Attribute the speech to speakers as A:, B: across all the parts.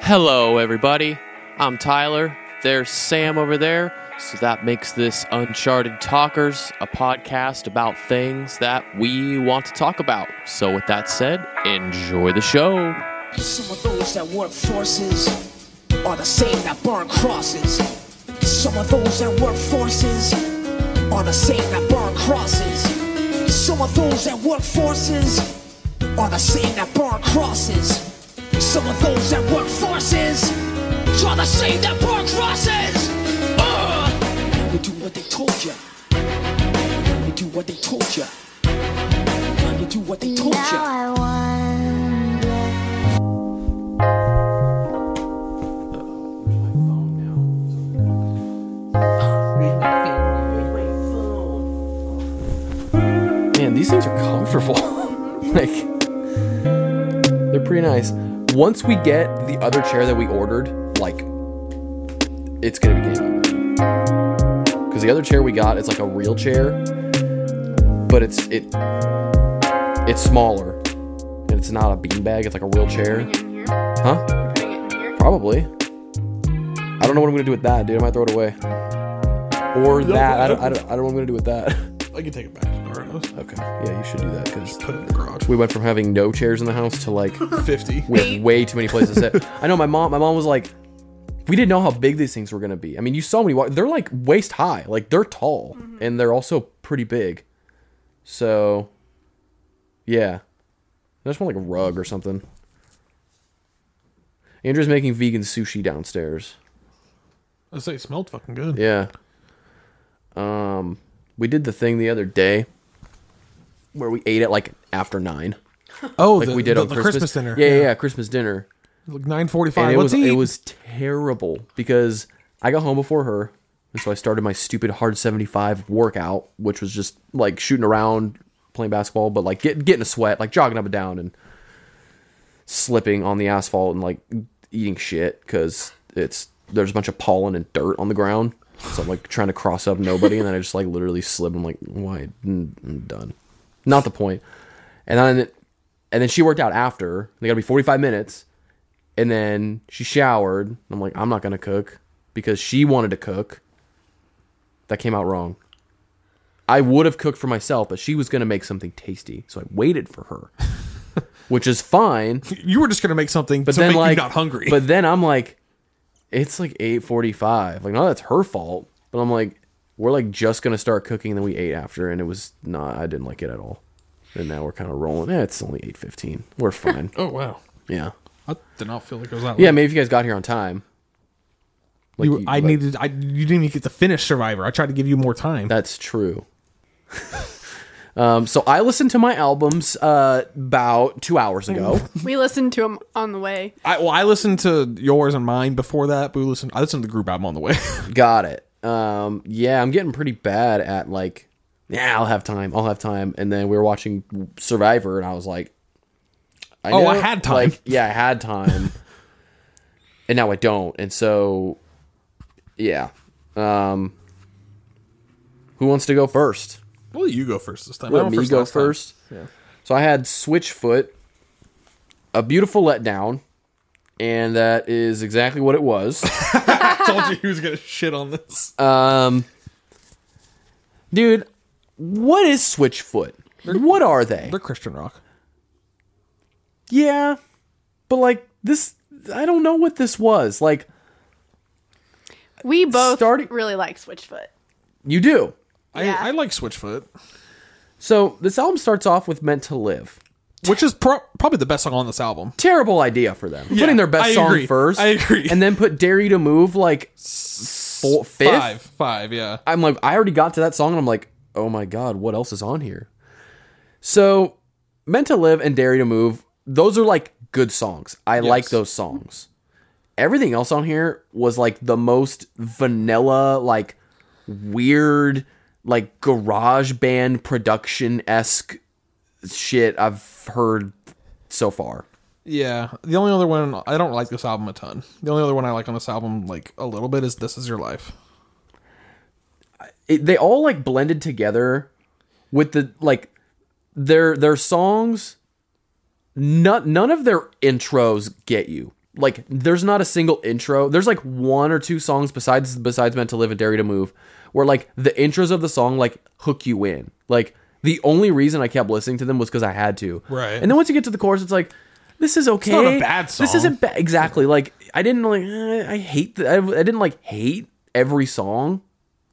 A: Hello, everybody. I'm Tyler. There's Sam over there. So that makes this Uncharted Talkers, a podcast about things that we want to talk about. So, with that said, enjoy the show.
B: Some of those that work forces are the same that burn crosses. Some of those that work forces are the same that burn crosses. Some of those that work forces are the same that burn crosses. Some of those that work forces are the same that burn crosses. Uh! You do what they told you. You do what they told you. You do what they told you.
C: Now I wonder.
A: Man, these things are comfortable. like, they're pretty nice. Once we get the other chair that we ordered, like, it's gonna be game over. Because the other chair we got is like a real chair, but it's it it's smaller and it's not a beanbag. It's like a real chair, huh? Probably. I don't know what I'm gonna do with that, dude. I might throw it away. Or that. I don't, I don't. I don't know what I'm gonna do with that.
D: I can take it back tomorrow.
A: Okay. Yeah, you should do that because
D: Put it in the garage.
A: we went from having no chairs in the house to like
D: Fifty.
A: we had way too many places to sit. I know my mom. My mom was like, we didn't know how big these things were gonna be. I mean, you saw me walk. They're like waist high. Like they're tall and they're also pretty big. So, yeah, I just want like a rug or something. Andrew's making vegan sushi downstairs.
D: I say it smelled fucking good.
A: Yeah. Um, we did the thing the other day where we ate at like after nine.
D: Oh,
A: like
D: the,
A: we did
D: the,
A: on
D: the
A: Christmas.
D: dinner.
A: Yeah, yeah, yeah, Christmas dinner.
D: Nine
A: And
D: forty-five.
A: it
D: Let's
A: was
D: eat.
A: it was terrible because I got home before her, and so I started my stupid hard seventy five workout, which was just like shooting around, playing basketball, but like get, getting a sweat, like jogging up and down, and slipping on the asphalt and like eating shit because it's there's a bunch of pollen and dirt on the ground. So I'm like trying to cross up nobody, and then I just like literally slip. I'm like, why? Mm, mm, done. Not the point. And then and then she worked out after. They got to be 45 minutes, and then she showered. I'm like, I'm not gonna cook because she wanted to cook. That came out wrong. I would have cooked for myself, but she was gonna make something tasty, so I waited for her, which is fine
D: you were just gonna make something,
A: but
D: to
A: then
D: make
A: like
D: you not hungry.
A: But then I'm like, it's like 8:45. Like, no, that's her fault. But I'm like, we're like just gonna start cooking, and then we ate after, and it was not. I didn't like it at all. And now we're kind of rolling. Eh, it's only 8:15. We're fine.
D: oh wow,
A: yeah,
D: I did not feel like it was that.
A: yeah.
D: late.
A: Maybe if you guys got here on time. Like,
D: You-
A: you-
D: I
A: like,
D: needed. I you didn't even get to finish Survivor. I tried to give you more time.
A: That's true. um, so I listened to my albums uh, about two hours ago.
E: We listened to him on the way.
D: I, well, I listened to yours and mine before that. But we listened. I listened to the group album on the way.
A: Got it. Um, yeah, I'm getting pretty bad at like, yeah, I'll have time. I'll have time. And then we were watching Survivor, and I was like, I
D: Oh, I had time.
A: Like, yeah, I had time. and now I don't. And so, yeah. Um, who wants to go first?
D: well, you go first this time. I
A: Let
D: went
A: me go
D: last time.
A: first. So I had Switchfoot, a beautiful letdown, and that is exactly what it was.
D: I told you he was gonna shit on this.
A: Um, dude, what is Switchfoot? What are they?
D: They're Christian rock.
A: Yeah, but like this, I don't know what this was. Like
E: We both
A: Starting-
E: really like Switchfoot.
A: you do.
E: Yeah.
D: I, I like Switchfoot,
A: So this album starts off with "Meant to Live."
D: which is pro- probably the best song on this album.
A: Terrible idea for them. Putting their best
D: I
A: song
D: agree.
A: first.
D: I agree.
A: And then put "Dare You to Move" like four, fifth.
D: Five, five, yeah.
A: I'm like, I already got to that song, and I'm like, oh my god, what else is on here? So, "Meant to Live" and "Dairy to Move," those are like good songs. I like those songs. Everything else on here was like the most vanilla, like weird, like garage band production esque shit I've heard so far.
D: Yeah, the only other one I don't like this album a ton. The only other one I like on this album like a little bit is "This Is Your Life."
A: it, they all like blended together with the like their their songs none none of their intros get you like there's not a single intro. There's like one or two songs besides besides Meant to Live and Dare You to Move where like the intros of the song like hook you in. Like the only reason I kept listening to them was because I had to.
D: Right.
A: And then once you get to the chorus, it's like this is okay.
D: not a bad
A: This
D: song.
A: isn't ba- exactly like I didn't like. eh, I hate. The, I, I didn't like hate every song.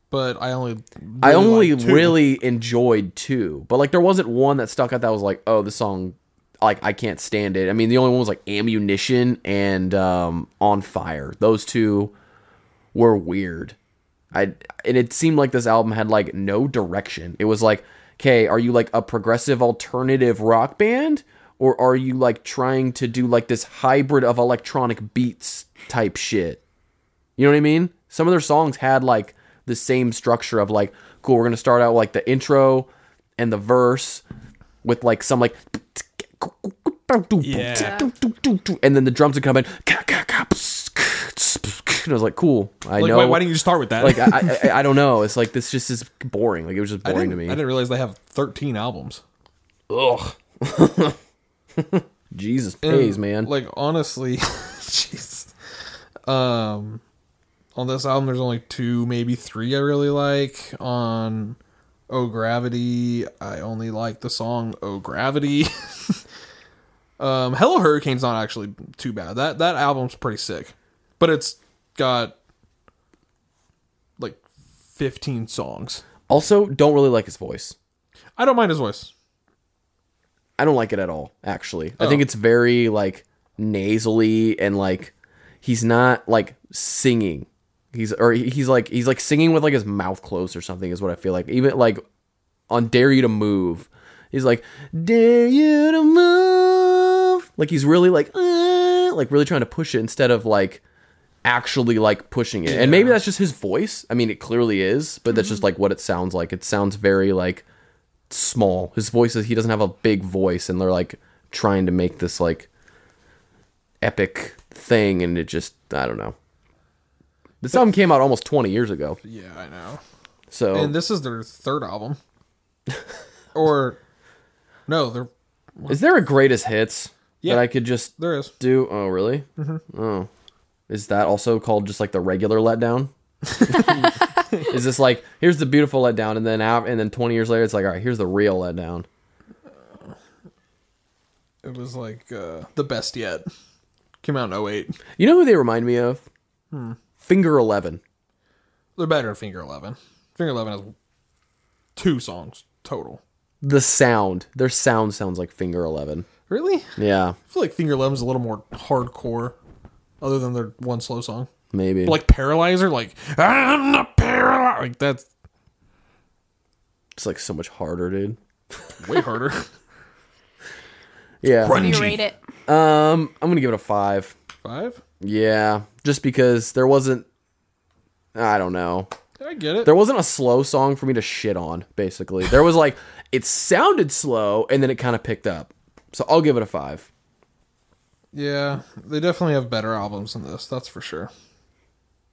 D: but I only
A: I only
D: like two.
A: really enjoyed two, but like there wasn't one that stuck out that was like, oh, the song, like I can't stand it. I mean, the only one was like Ammunition and um, On Fire. Those two were weird. I and it seemed like this album had like no direction. It was like, okay, are you like a progressive alternative rock band, or are you like trying to do like this hybrid of electronic beats type shit? You know what I mean? Some of their songs had like the same structure of like, cool, we're gonna start out like the intro and the verse with like some like
D: Yeah.
A: and then the drums would come in and I was like, cool. I
D: like
A: know
D: why, why didn't you start with that?
A: like I, I, I don't know. It's like this just is boring. Like it was just
D: I
A: boring to
D: didn't-
A: me.
D: I didn't realize they have 13 albums.
A: Jesus
D: And,
A: pays, man.
D: Like honestly, jeez. Um, on this album, there's only two, maybe three I really like. On Oh Gravity, I only like the song Oh Gravity. um, Hello Hurricane's not actually too bad. That that album's pretty sick, but it's got like 15 songs.
A: also, don't really like his voice.
D: I don't mind his voice.
A: I don't like it at all. Actually, I think it's very like nasally and like he's not like singing. He's or he's like he's like singing with like his mouth closed or something is what I feel like. Even like on Dare You to Move, he's like Dare You to Move. Like he's really like "Uh," like really trying to push it instead of like actually like pushing it. And maybe that's just his voice. I mean, it clearly is, but that's just like what it sounds like. It sounds very like small. His voice is he doesn't have a big voice, and they're like trying to make this like epic thing, and it just I don't know. This album came out almost 20 years ago,
D: Yeah, I know.
A: so
D: And this is their third album. or no, they're
A: is there a greatest hits
D: Yeah.
A: that I could just
D: There is.
A: do? Oh, really? Mm-hmm. Oh, is that also called just like the regular letdown? is this like here's the beautiful letdown, and then out, and then 20 years later, it's like all right, here's the real letdown.
D: It was like uh, the best yet. Came out in 08.
A: You know who they remind me of?
D: Hmm.
A: Finger Eleven.
D: They're better than Finger Eleven. Finger Eleven has two songs total.
A: the sound their sound sounds like finger 11
D: Really? I
A: yeah
D: feel like Finger Eleven's a little more hardcore, other than their one slow song.
A: maybe
D: But like Paralyzer, like I'm not paralyzed. Like that's
A: it's like so much harder dude
D: way harder.
A: yeah
E: Do you
D: Crunchy.
E: rate it?
A: um i'm gonna give it a five
D: Five.
A: yeah just because there wasn't i don't know
D: I get it.
A: there wasn't a slow song for me to shit on basically there was like it sounded slow and then it kind of picked up so i'll give it a five
D: yeah, they definitely have better albums than this. That's for sure.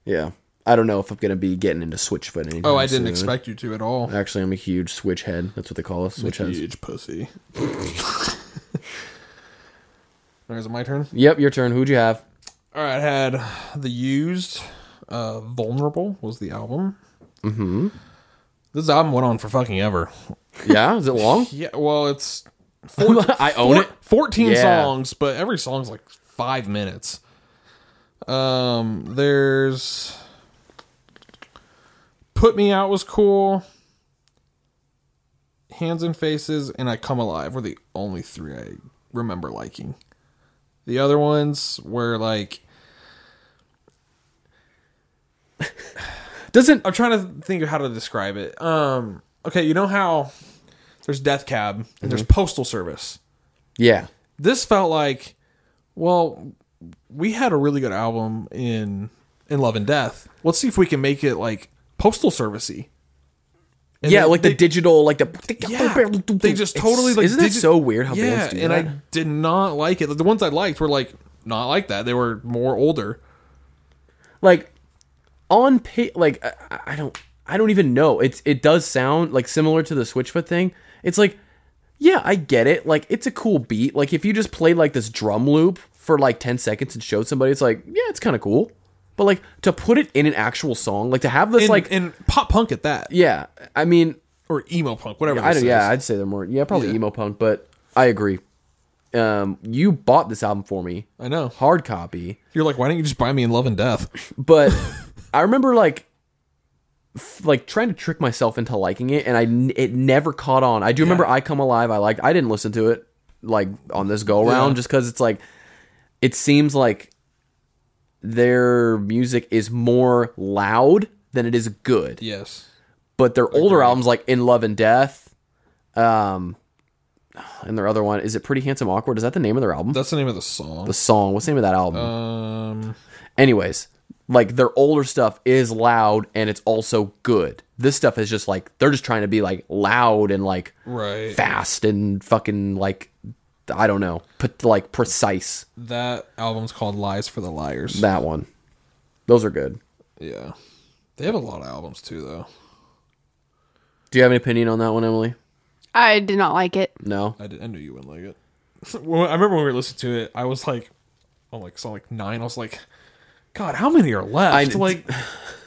A: yeah i don't know if i'm gonna be getting into switchfoot anytime
D: Oh, I didn't
A: soon.
D: expect you to at all.
A: actually i'm a huge switch head that's what they call us switch heads
D: Huge pussy. Alright, is it my turn?
A: yep your turn who'd you have
D: All right, I had the used. Uh, Vulnerable was the album. Mm-hmm. This album went on for fucking ever.
A: yeah is it long
D: Yeah, well, it's
A: i own it
D: fourteen
A: Yeah.
D: songs, but every song's like five minutes. Um, there's "Put Me Out" was cool. Hands and Faces and I Come Alive were the only three I remember liking. The other ones were like
A: doesn't
D: I'm trying to think of how to describe it. Um, okay, you know how there's Death Cab and
A: Mm-hmm.
D: there's Postal Service.
A: Yeah.
D: This felt like, well, we had a really good album in in Love and Death. Let's see if we can make it like Postal Servicey. And
A: yeah,
D: they-
A: like the
D: they-
A: digital, like the.
D: yeah, they just totally
A: It's-
D: like
A: Isn't it
D: digi-
A: so weird how bands do
D: and
A: that?
D: I did not like it. The ones I liked were like not like that. They were more older.
A: like on pa- like I, I- I don't I don't even know. It's it does sound like similar to the Switchfoot thing. It's like yeah, I get it. Like it's a cool beat. Like if you just played like this drum loop for like 10 seconds and showed somebody, it's like, yeah, it's kind of cool. But like to put it in an actual song, like to have this
D: and,
A: like,
D: and pop punk at that
A: yeah, I mean,
D: or emo punk, whatever.
A: I
D: this
A: don't, yeah,
D: is.
A: I'd say they're more, yeah, probably
D: Yeah.
A: emo punk, but I agree. Um, you bought this album for me,
D: I know.
A: hard copy.
D: You're like, why don't you just buy me in love and death?
A: but I remember like f- like trying to trick myself into liking it and I n- it never caught on. I do remember I Come Alive I liked I didn't listen to it like on this go around
D: Yeah.
A: just cuz it's like it seems like their music is more loud than it is good.
D: Yes.
A: But their older albums like In Love and Death um and their other one is it Pretty Handsome Awkward? Is that the name of their album?
D: That's the name of the song.
A: the song. What's the name of that album?
D: um,
A: anyways like their older stuff is loud and it's also good this stuff is just like they're just trying to be like loud and like
D: right.
A: fast and fucking like i don't know put like precise
D: That album's called Lies for the Liars.
A: that one those are good
D: yeah. They have a lot of albums too, though.
A: do you have an opinion on that one emily
E: I did not like it.
A: no
D: I, did, I knew you wouldn't like it. Well, I remember when we were listening to it, I was like, on like song like nine. I was like, God, how many are left?
A: I-
D: like,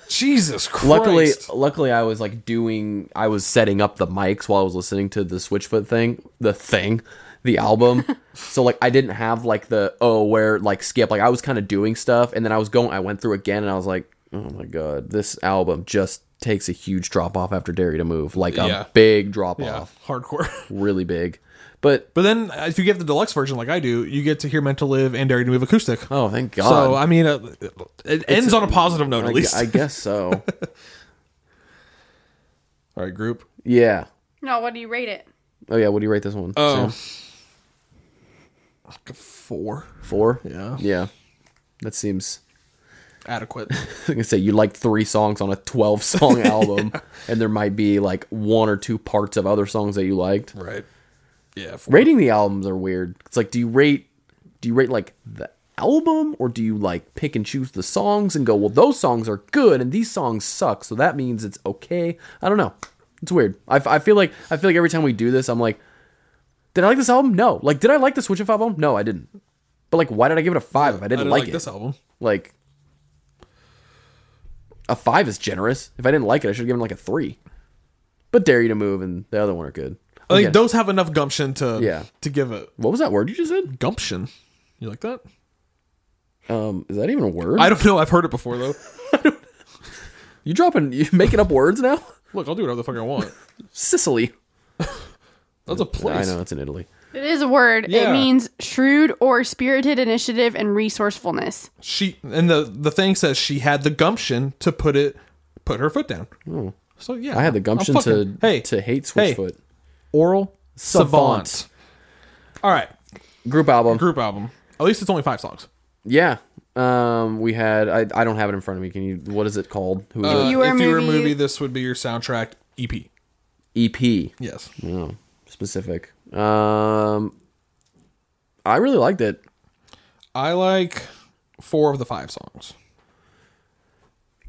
D: Jesus Christ.
A: luckily luckily i was like doing i was setting up the mics while i was listening to the switchfoot thing the thing the album so like i didn't have like the oh where like skip like i was kind of doing stuff and then i was going i went through again and i was like oh my god this album just takes a huge drop off after dairy to move like a
D: Yeah.
A: big drop
D: yeah,
A: off
D: hardcore.
A: really big but
D: but then, uh, if you get the deluxe version, like I do, you get to hear "Meant to Live" and "Dairy to Move" acoustic.
A: oh thank god
D: so I mean, uh, it ends on a positive note
A: I,
D: at least.
A: I guess so
D: All right, group.
A: yeah
E: No, what do you rate it?
A: oh yeah what do you rate this one
D: Oh.
A: Sam?
D: Like a four.
A: four
D: Yeah.
A: yeah that seems
D: Adequate.
A: I can say you like three songs on a 12 song album, and there might be like one or two parts of other songs that you liked.
D: right. Yeah. Four.
A: Rating the albums are weird. It's like, do you rate, do you rate like the album, or do you like pick and choose the songs and go, well, those songs are good and these songs suck, so that means it's okay. I don't know. It's weird. I, f- I feel like I feel like every time we do this, I'm like, did I like this album? No. Like, did I like the Switch Off album? No, I didn't. But like, why did I give it a five if I didn't, like, it?
D: this album.
A: Like a five is generous. If I didn't like it, I should have given it like a three. But Dare You to Move and the other one are good.
D: I think
A: Again,
D: those have enough gumption to
A: Yeah.
D: to give it
A: what was that word you just said?
D: gumption. You like that?
A: Um, is that even a word?
D: I don't know. I've heard it before though.
A: you dropping you making up words now?
D: Look, I'll do whatever the fuck I want.
A: Sicily.
D: That's a place.
A: I know it's in Italy.
E: It is a word.
D: Yeah.
E: It means shrewd or spirited initiative and resourcefulness.
D: She and the the thing says she had the gumption to put it put her foot down. So yeah,
A: Hmm. I had the
D: I'm
A: gumption
D: fucking-
A: to
D: hey
A: to hate
D: hey,
A: Switchfoot.
D: oral savant.
A: Savant.
D: All right,
A: Group album.
D: group album. At least it's only five songs.
A: Yeah. Um we had I, I don't have it in front of me. Can you what is it called? Who is
E: If
D: Uh,
E: you were a
D: if you were a
E: movie-
D: movie, this would be your soundtrack EP.
A: it? EP.
D: Yes.
A: E Oh, specific. Um I really liked it.
D: I like four of the five songs.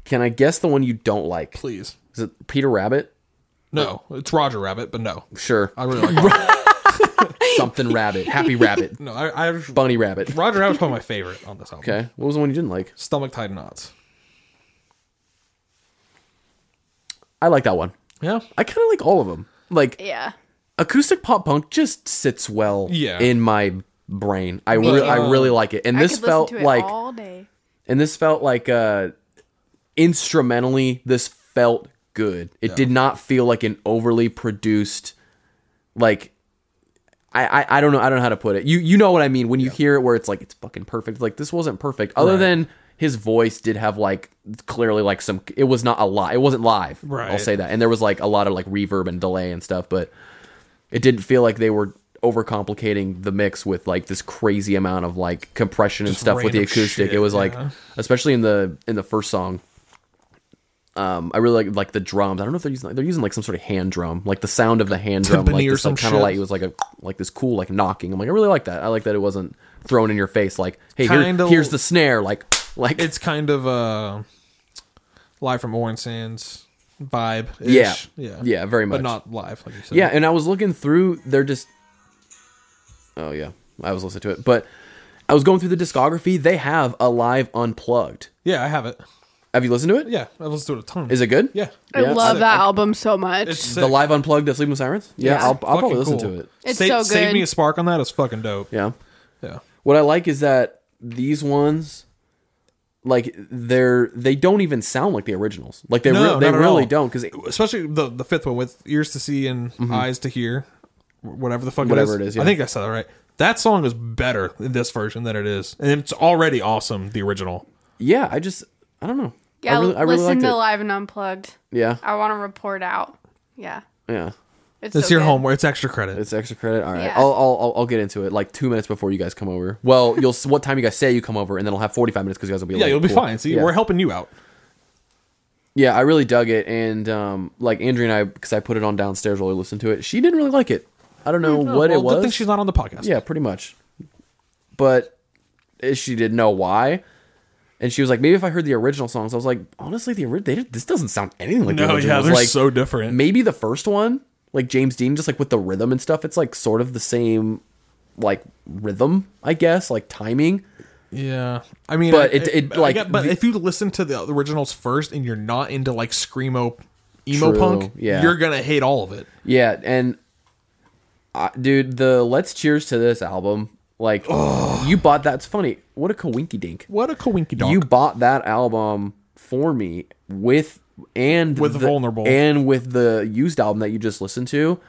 A: Can I guess the one you don't like?
D: Please.
A: Is it Peter Rabbit?
D: No, it's Roger Rabbit, but no.
A: Sure.
D: I really like it.
A: Something Rabbit. Happy Rabbit.
D: No, I, I
A: Bunny Rabbit.
D: Roger Rabbit's probably my favorite on this album.
A: Okay. What was the one you didn't like?
D: Stomach Tied Knots.
A: I like that one.
D: Yeah.
A: I kind of like all of them. Like
E: Yeah.
A: acoustic pop punk just sits well
D: Yeah.
A: in my brain. I re-
D: But,
A: I really like it. And this
E: I could felt
A: felt
E: listen to it
A: like
E: all day.
A: and this felt like uh instrumentally this felt good it did not feel like an overly produced like I, I, I don't know I don't know how to put it. You you know what I mean when you hear it where it's like it's fucking perfect. Like this wasn't perfect. Other
D: Right.
A: than his voice did have like clearly like some it was not a lot. It wasn't live. I'll
D: Right.
A: say that. And there was like a lot of like reverb and delay and stuff, but it didn't feel like they were overcomplicating the mix with like this crazy amount of like compression and stuff with the
D: random
A: acoustic.
D: shit,
A: it was like
D: yeah.
A: especially in the in the first song. Um, I really like like the drums. I don't know if they're using they're using like some sort of hand drum, like the sound of the hand drum,
D: Timpani
A: like
D: or
A: this
D: some
A: like, kind of
D: shit.
A: like it was like a like this cool like knocking. I'm like I really like that. I like that it wasn't thrown in your face like hey here-
D: Kinda-
A: here's the snare like like
D: It's kind of uh, live from Orange Sands vibe.
A: yeah
D: Yeah.
A: yeah very much
D: But not live, like you said.
A: Yeah, and I was looking through. They're just. Oh yeah, I was listening to it, but I was going through the discography. They have Alive Unplugged.
D: Yeah, I have it.
A: Have you listened to it?
D: Yeah, I've listened to it a ton.
A: Is it good?
D: Yeah.
E: I
A: Yeah,
E: love
D: sick.
E: that album so much.
D: It's
E: It's,
D: sick.
A: The Live Unplugged of Sleeping with Sirens? Yeah,
E: Yeah.
A: I'll, I'll probably
D: Fucking
A: listen
D: cool.
A: to it.
D: Sa-
E: so good.
D: Save me a spark on that is fucking dope.
A: Yeah.
D: Yeah.
A: What I like is that these ones like they're they don't even sound like the originals. Like they
D: No,
A: re- they
D: not at
A: really
D: all.
A: don't cuz
D: Especially the the fifth one with ears to see and eyes to hear, wh- whatever the fuck
A: Mm-hmm. Whatever
D: it is.
A: it is, yeah.
D: I think I said that right. That song is better in this version than it is, and it's already awesome. The original.
A: yeah, I just I don't know.
E: yeah,
A: I really, I really
E: listen
A: liked
E: to
A: it.
E: Live and Unplugged.
A: yeah.
E: I want to report out. Yeah.
A: Yeah.
E: It's,
D: It's
E: so
D: your
E: good.
D: homework. It's extra credit.
A: It's extra credit. All right.
E: Yeah.
A: I'll, I'll I'll- I'll get into it like 2 minutes before you guys come over. Well, you'll s- what time you guys say you come over and then I'll have 45 minutes cuz you guys will be
D: yeah,
A: late.
D: you'll be
A: Cool.
D: fine. See,
A: Yeah.
D: we're helping you out.
A: Yeah, I really dug it, and um, like Andrea and I, because I put it on downstairs while we listened to it, she didn't really like it. I don't know what
D: well,
A: it was.
D: Good thing she's not on the podcast.
A: yeah, pretty much. But eh, she didn't know why, and she was like, "Maybe if I heard the original songs." I was like, "Honestly, the original they did, this doesn't sound anything like the
D: No,
A: original."
D: yeah, they're
A: like,
D: so different.
A: Maybe the first one, like James Dean, just like with the rhythm and stuff, it's like sort of the same, like rhythm, I guess, like timing.
D: Yeah, I mean,
A: But
D: I-
A: it- it,
D: I
A: like,
D: get- but
A: the-
D: if you listen to the originals first and you're not into like screamo, emo
A: True,
D: punk,
A: yeah.
D: you're gonna hate all of it.
A: Yeah, and uh, dude, the let's cheers to this album. Like you bought that's funny. What a coinky dink.
D: What a coinky dog!
A: You bought that album for me with and
D: With
A: the,
D: Vulnerable.
A: and with the used album that you just listened to.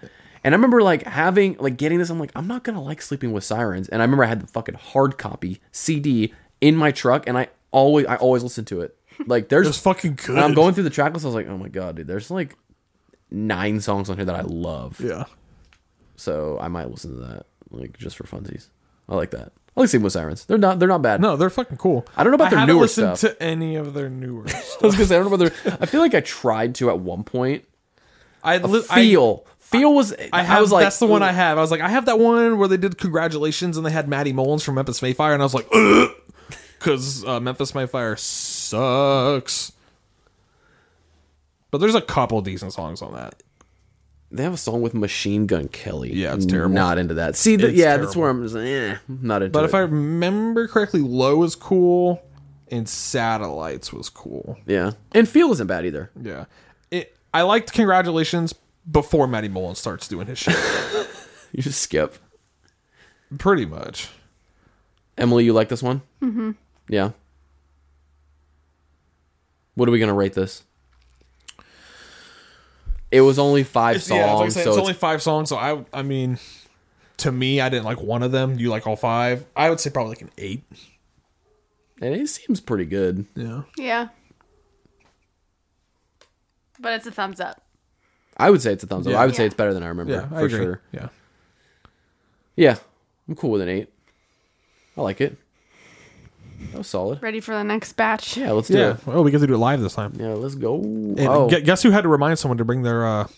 A: And I remember like having like getting this. I'm like, I'm not gonna like Sleeping with Sirens. And I remember I had the fucking hard copy CD in my truck, and I always I always listened to it. Like there's
D: It's fucking good.
A: and I'm going through the track list. I was like, oh my god, dude, there's like nine songs on here that I love.
D: Yeah,
A: So I might listen to that, like just for funsies. I like that. I like Sleeping with Sirens. They're not they're not bad.
D: no, they're fucking cool.
A: I don't know about their
D: haven't
A: newer
D: listened
A: stuff.
D: to any of their newer.
A: I was gonna say I don't know whether I feel like I tried to at one point.
D: I li- I-
A: Feel feel was I,
D: I, have,
A: was like
D: that's the one I have. I was like, I have that one where they did congratulations and they had Maddie Mullins from Memphis Mayfire, and I was like, because uh, Memphis Mayfire sucks. But there's a couple decent songs on that.
A: They have a song with Machine Gun Kelly.
D: Yeah, it's terrible.
A: Not into that. See, the,
D: It's
A: yeah, that's where I'm just, eh, not into.
D: But
A: it.
D: if I remember correctly, Low was cool and Satellites was cool.
A: yeah, and Feel isn't bad either.
D: Yeah. It, I liked Congratulations before Matty Mullen starts doing his shit.
A: You just skip.
D: Pretty much.
A: Emily, you like this one? Mm-hmm. Yeah. What are we gonna rate this? It was only five songs,
D: yeah, it's,
A: so it's
D: only five songs, so I I mean to me I didn't like one of them. You like all five. I would say probably like an eight.
A: And it seems pretty good.
D: Yeah.
E: Yeah. But it's a thumbs up.
A: I would say it's a thumbs up.
D: Yeah.
A: I would say
E: Yeah.
A: it's better than I remember
D: Yeah,
A: for
D: I agree.
A: sure.
D: Yeah.
A: Yeah, I'm cool with an eight. I like it. That was solid.
E: Ready for the next batch?
A: Yeah, let's do
D: Yeah.
A: it.
D: Oh, we get to do it live this time.
A: Yeah, let's go.
D: And
A: oh,
D: gu- guess who had to remind someone to bring their uh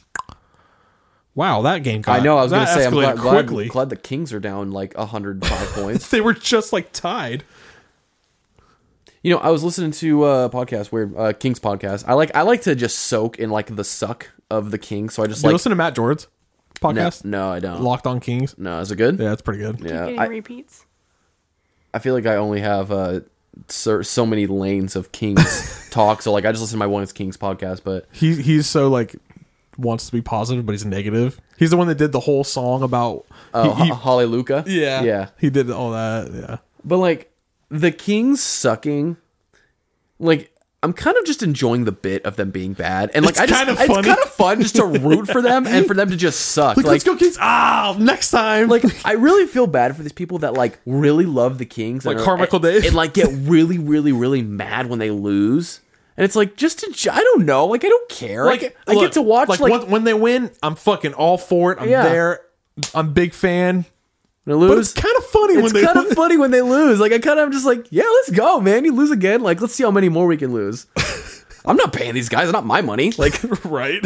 D: Wow, that game got
A: I know. I was
D: that
A: gonna say I'm
D: escalated
A: glad, glad,
D: quickly.
A: glad the Kings are down like 105 points.
D: they were just like tied.
A: You know, I was listening to uh, a podcast where uh, Kings podcast. I like I like to just soak in like the suck of the Kings. So I just
D: Do you
A: like
D: listen to Matt Jordan's
A: no,
D: podcast?
A: no, I don't.
D: Locked on Kings.
A: No, is it good?
D: Yeah, it's pretty good.
A: Yeah,
E: Getting
A: I,
E: repeats.
A: I feel like I only have uh, so, so many lanes of Kings talk. So like I just listen to my one is Kings podcast, but
D: He he's so like wants to be positive, but he's negative. He's the one that did the whole song about
A: oh,
D: he- he-
A: Ho- Holly Luca.
D: yeah
A: yeah.
D: He did all that. Yeah,
A: But like the Kings sucking, like. I'm kind of just enjoying the bit of them being bad, and like
D: It's
A: I just
D: kind of
A: it's
D: funny.
A: kind of fun just to root for them and for them to just suck.
D: like,
A: Like,
D: let's go Kings. Ah, next time.
A: like I really feel bad for these people that like really love the Kings, and
D: Like
A: are-
D: Carmichael
A: and,
D: Dave?
A: and like get really, really, really mad when they lose. And it's like just enjoy, I don't know, like I don't care. Like, I, get, I
D: look,
A: get to watch like,
D: like, when, when they win. I'm fucking all for it. I'm
A: Yeah.
D: there. I'm big fan.
A: they
D: But it's
A: lose.
D: kind of funny when
A: It's
D: they
A: kind of
D: win.
A: funny when they lose. Like I kind of am just like, yeah, let's go, man. You lose again. Like let's see how many more we can lose. I'm not paying these guys. It's not my money. Like
D: right.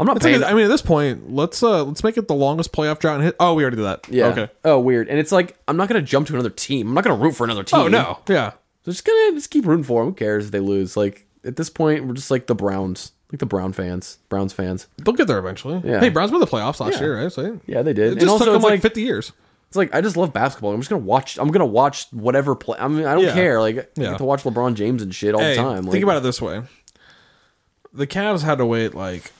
A: I'm not
D: It's
A: paying.
D: like, I mean, at this point, let's uh let's make it the longest playoff drought in hit. Oh, we already did that.
A: yeah.
D: Okay.
A: Oh, weird. And it's like I'm not gonna jump to another team. I'm not gonna root for another team.
D: Oh no. Yeah.
A: So just gonna just keep rooting for them. Who cares if they lose? Like at this point, we're just like the Browns, like the Brown fans, Browns fans.
D: They'll get there eventually.
A: Yeah.
D: Hey, Browns made the playoffs last
A: Yeah.
D: year, right? So
A: Yeah, they did.
D: It
A: and
D: just
A: also,
D: took them
A: it's
D: like,
A: like,
D: 50 years.
A: It's like I just love basketball. I'm just gonna watch. I'm gonna watch whatever play. I mean, I don't
D: Yeah.
A: care. Like I
D: Yeah.
A: get to watch LeBron James and shit all
D: Hey,
A: the time.
D: think about it this way: the Cavs had to wait like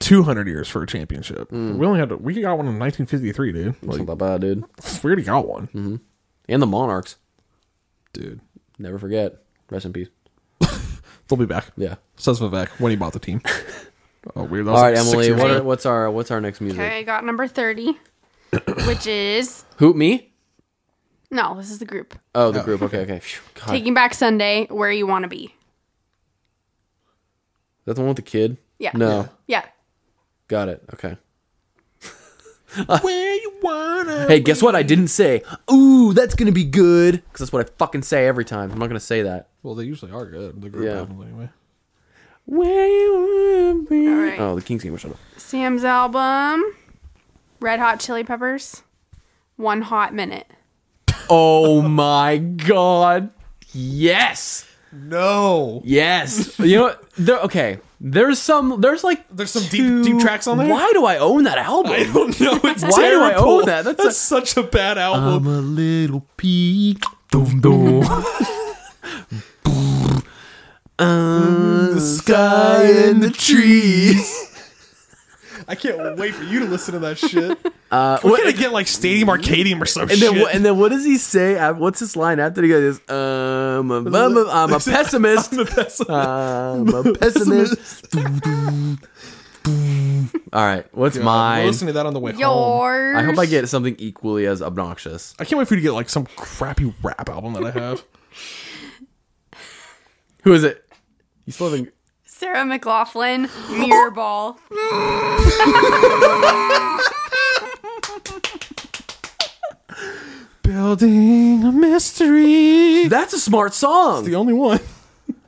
D: 200 years for a championship.
A: Mm.
D: We only had to, we got one in 1953, dude. Like,
A: Something about it, dude.
D: we already got one,
A: Mm. And the Monarchs.
D: dude.
A: Never forget. Rest in peace.
D: They'll be back.
A: Yeah.
D: Says Vivek when he bought the team. oh, weird. That was
A: All right,
D: like six
A: Emily.
D: years
A: What
D: ago.
A: are, what's our what's our next music?
E: Okay, I got number 30, which is.
A: Hoop me.
E: No, this is the group.
A: Oh, the group. Okay, okay. Phew, God,
E: Taking Back Sunday, Where You Want to Be.
A: is that the one with the kid?
E: Yeah.
A: No.
E: Yeah.
A: Got it. Okay.
D: Where you wanna?
A: Hey, guess what? I didn't say. Ooh, that's gonna be good. Because that's what I fucking say every time. I'm not gonna say that.
D: Well, they usually are good. The group
A: Yeah.
D: albums, anyway.
A: Where you wanna be?
E: All right.
A: Oh, the Kings game was shut up.
E: Sam's album, Red Hot Chili Peppers, One Hot Minute.
A: Oh my god. Yes.
D: No.
A: Yes. You know what? There, okay. There's some. There's like.
D: There's some deep- deep tracks on there?
A: Why do I own that album?
D: I don't know. It's
A: Why do I
D: terrible.
A: own that? That's
D: That's, such a bad
A: I'm
D: album.
A: a little peak. Dum dum.
D: the sky and the trees. I can't wait for you to listen to that shit.
A: Uh,
D: We're
A: what-
D: gonna get like Stadium Arcadium or some
A: and
D: shit.
A: then, what, and then what does he say? Uh, What's his line after he goes? Um, I'm, a- I'm a pessimist.
D: I'm a pessimist.
A: I'm a pessimist. All right, what's
D: We'll
A: mine?
D: listen to that on the way home.
E: Yours.
A: Oh. I hope I get something equally as obnoxious.
D: I can't wait for you to get like some crappy rap album that I have.
A: Who is it? You still haven't.
E: Sarah McLaughlin, Mirror Ball.
D: Building a mystery.
A: That's a smart song.
D: the only one.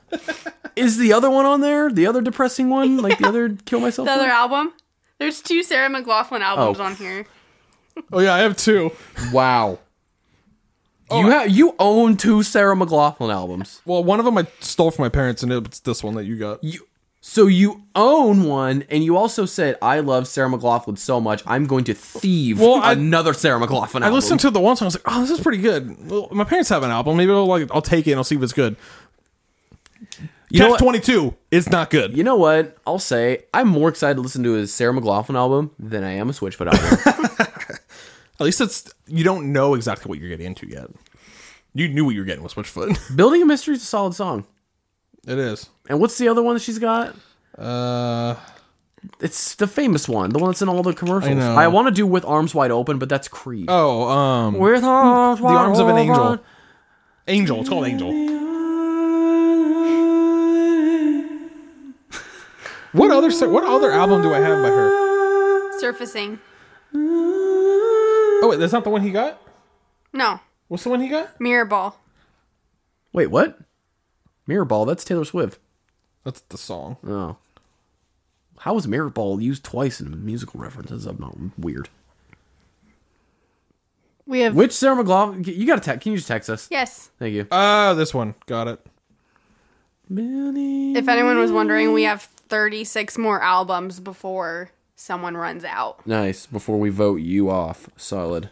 A: is the other one on there? The other depressing one? Like the other kill myself?
E: The
A: one?
E: other album. There's two Sarah McLaughlin albums
A: Oh.
E: on here.
D: Oh yeah, I have two.
A: Wow.
D: Oh,
A: You have you own two Sarah McLaughlin albums.
D: Well, one of them I stole from my parents, and it's this one that you got.
A: You so you own one, and you also said I love Sarah McLaughlin so much I'm going to thieve
D: Well, I-
A: another Sarah McLaughlin.
D: I
A: album.
D: listened to the one song. I was like, "Oh, this is pretty good." Well, my parents have an album. Maybe I'll like, I'll take it and I'll see if it's good.
A: you know
D: Catch
A: what?
D: twenty two. It's not good.
A: You know what? I'll say I'm more excited to listen to his Sarah McLaughlin album than I am a Switchfoot album.
D: At least it's you don't know exactly what you're getting into yet. You knew what you were getting with Switchfoot.
A: Building a Mystery is a solid song.
D: it is.
A: And what's the other one that she's got?
D: Uh,
A: It's the famous one, the one that's in all the commercials. I,
D: know.
A: want to do with arms wide open, but that's Creed.
D: oh, um,
A: With arms
D: the arms of an angel. Angel. It's called Angel. What other what other album do I have by her?
E: Surfacing.
D: Oh wait, that's not the one he got.
E: No,
D: What's the one he got?
E: Mirror Ball.
A: Wait, what? Mirror Ball, that's Taylor Swift.
D: That's the song.
A: Oh. How was Mirror Ball used twice in a musical reference? That's not weird.
E: We have.
A: Which Sarah McLaughlin? You got to text. Can you just text us?
E: yes.
A: Thank you.
D: Ah, this one. Got it.
E: If anyone was wondering, we have 36 more albums before someone runs out.
A: Nice. Before we vote you off, solid.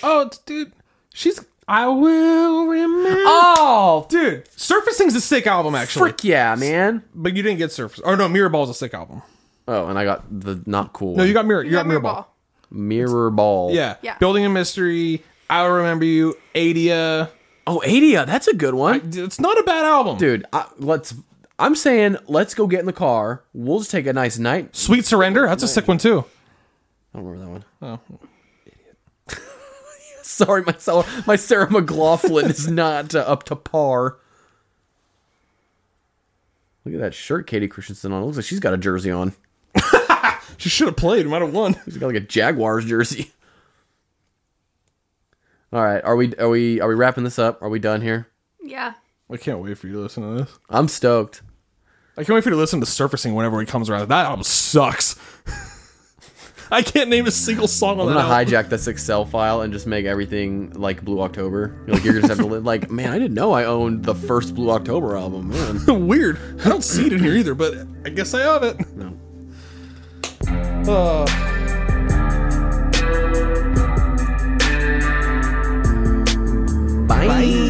D: Oh, it's- dude, she's. I will remember.
A: Oh,
D: dude, Surfacing's a sick album, actually.
A: frick yeah, man.
D: But you didn't get Surface. Oh no, Mirror Ball's a sick album.
A: Oh, and I got the not cool.
D: No, you got Mirror. You, got, Mirror Ball.
A: Mirror Ball.
D: Yeah.
E: Yeah.
D: Building a Mystery. I'll remember you. Adia.
A: Oh, Adia, that's a good one.
D: It's not a bad album,
A: dude I, let's i'm saying let's go get in the car we'll just take a nice night
D: Sweet Surrender. That's a sick one too.
A: i don't remember that
D: Oh.
A: one sorry my, Sarah- my sarah mclaughlin is not uh, up to par look at that shirt katie christensen on it looks like she's got a jersey on
D: She should have played. Might have won.
A: she's got like a jaguars jersey all right are we are we are we wrapping this up are we done here
E: Yeah.
D: I can't wait for you to listen to this.
A: i'm stoked
D: I can't wait for you to listen to Surfacing whenever it comes around. That album sucks. I can't name a single song on
A: I'm
D: that
A: gonna
D: album.
A: hijack this Excel file and just make everything like Blue October. Like you're just have to li- like, man, I didn't know I owned the first Blue October album. Man,
D: Weird. I don't see it in here either, but I guess I have it.
A: no.
D: Uh,
A: Bye.